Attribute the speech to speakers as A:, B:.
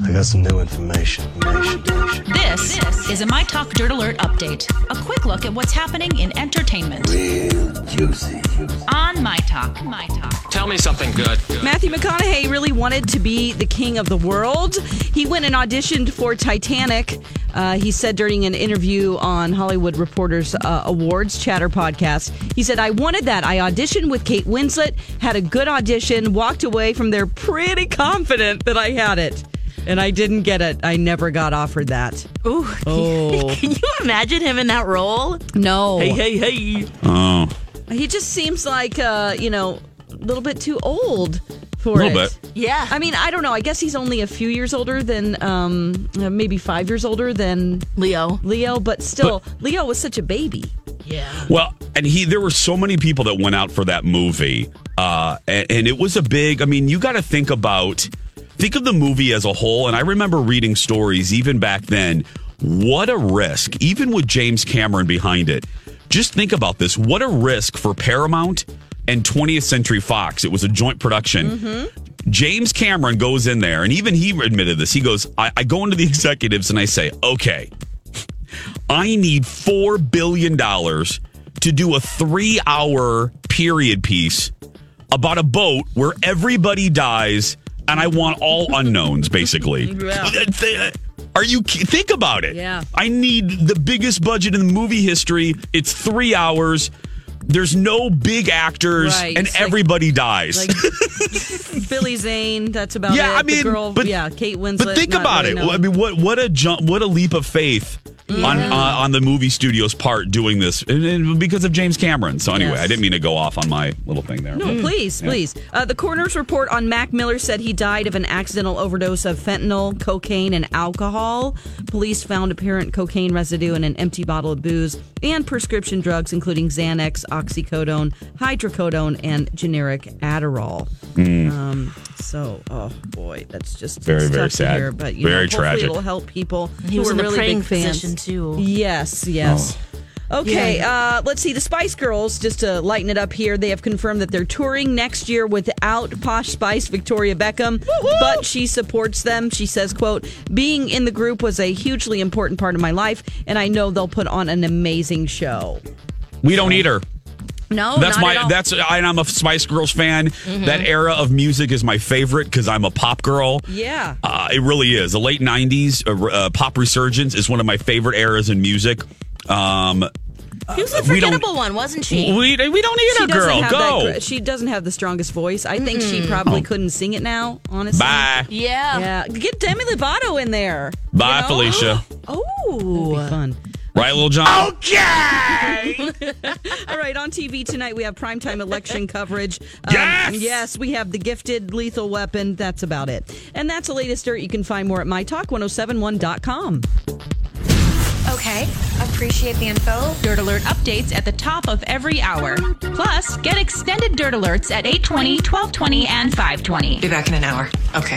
A: I got some new information. information, information.
B: This, is a My Talk Dirt Alert update. A quick look at what's happening in entertainment
C: Juicy.
B: on My Talk. My Talk.
D: Tell me something good.
E: Matthew McConaughey really wanted to be the king of the world. He went and auditioned for Titanic. Uh, he said during an interview on Hollywood Reporters uh, Awards Chatter podcast, he said, I wanted that. I auditioned with Kate Winslet, had a good audition, walked away from there pretty confident that I had it. And I didn't get it. I never got offered that.
F: Ooh.
E: Oh.
F: Can you imagine him in that role?
E: No.
F: hey, hey.
G: Oh,
E: He just seems like, uh, you know, a little bit too old for
G: a little
E: it.
G: bit.
F: Yeah.
E: I mean, I don't know. I guess he's only a few years older than, um, uh, maybe five years older than
F: Leo.
E: Leo, but still, Leo was such a baby.
F: Yeah.
G: Well, and he there were so many people that went out for that movie, uh, and, and it was a big. I mean, you got to think about think of the movie as a whole. And I remember reading stories even back then. What a risk, even with James Cameron behind it. Just think about this. What a risk for Paramount and 20th Century Fox. It was a joint production. James Cameron goes in there, and even he admitted this. He goes, I, I go into the executives and I say, okay, I need four billion dollars to do a three hour period piece about a boat where everybody dies and I want all unknowns basically. Are you ki- think about it?
E: Yeah.
G: I need the biggest budget in the movie history. It's 3 hours. There's no big actors
E: Right,
G: and
E: it's like-
G: everybody dies.
E: Like Billy Zane, that's about
G: Yeah,
E: it.
G: I
E: The
G: mean,
E: girl,
G: but-
E: yeah, Kate Winslet.
G: But think
E: not
G: about
E: really
G: it.
E: known.
G: I mean, what what a jump, what a leap of faith on uh, on the movie studio's part doing this, and, and because of James Cameron. So anyway,
E: Yes.
G: I didn't mean to go off on my little thing there.
E: No, please, please. Uh, the coroner's report on Mac Miller said he died of an accidental overdose of fentanyl, cocaine, and alcohol. Police found apparent cocaine residue in an empty bottle of booze and prescription drugs, including Xanax, oxycodone, hydrocodone, and generic Adderall. Um, so, oh boy, that's just
G: Hmm. Very,
E: it's
G: very
E: tough to
G: sad.
E: hear, but you
G: Very
E: know, hopefully
G: tragic.
E: It'll help people.
F: He
E: who
F: was
E: are
F: in the
E: really
F: praying
E: big fans.
F: position, too.
E: Yes, yes.
G: Oh.
E: Okay, uh, let's see. The Spice Girls, just to lighten it up here, they have confirmed that they're touring next year without Posh Spice Victoria Beckham, but she supports them. She says, quote, being in the group was a hugely important part of my life, and I know they'll put on an amazing show.
G: We don't need her.
E: No,
G: That's
E: Oh, not
G: my
E: at all. Mm-hmm.
G: that's I, and I'm a Spice Girls fan. That era of music is my favorite because I'm a pop girl.
E: Yeah.
G: Uh, it really is. The late '90s uh, r- uh, pop resurgence is one of my favorite eras in music. Um,
F: He was the
G: we don't-
F: forgettable one, wasn't she?
G: we we don't need
E: She
G: a
E: doesn't
G: girl.
E: have that
G: Go Oh.
E: gr- she doesn't have the strongest voice. I think she probably couldn't sing it now, honestly.
G: bye
F: yeah.
E: Yeah. Get Demi Lovato in there.
G: bye
E: you know?
G: Felicia.
E: Be
F: Oh.
E: fun.
G: Right, Lil John.
E: All right, on TV tonight we have primetime election coverage. Um,
G: Yes!
E: yes, we have the gifted lethal weapon. That's about it. And that's the latest dirt. You can find more at mytalk1071.com.
H: Okay, appreciate the info.
B: Dirt Alert updates at the top of every hour. Plus, get extended Dirt Alerts at 820, 1220, and 520.
I: Be back in an hour. Okay.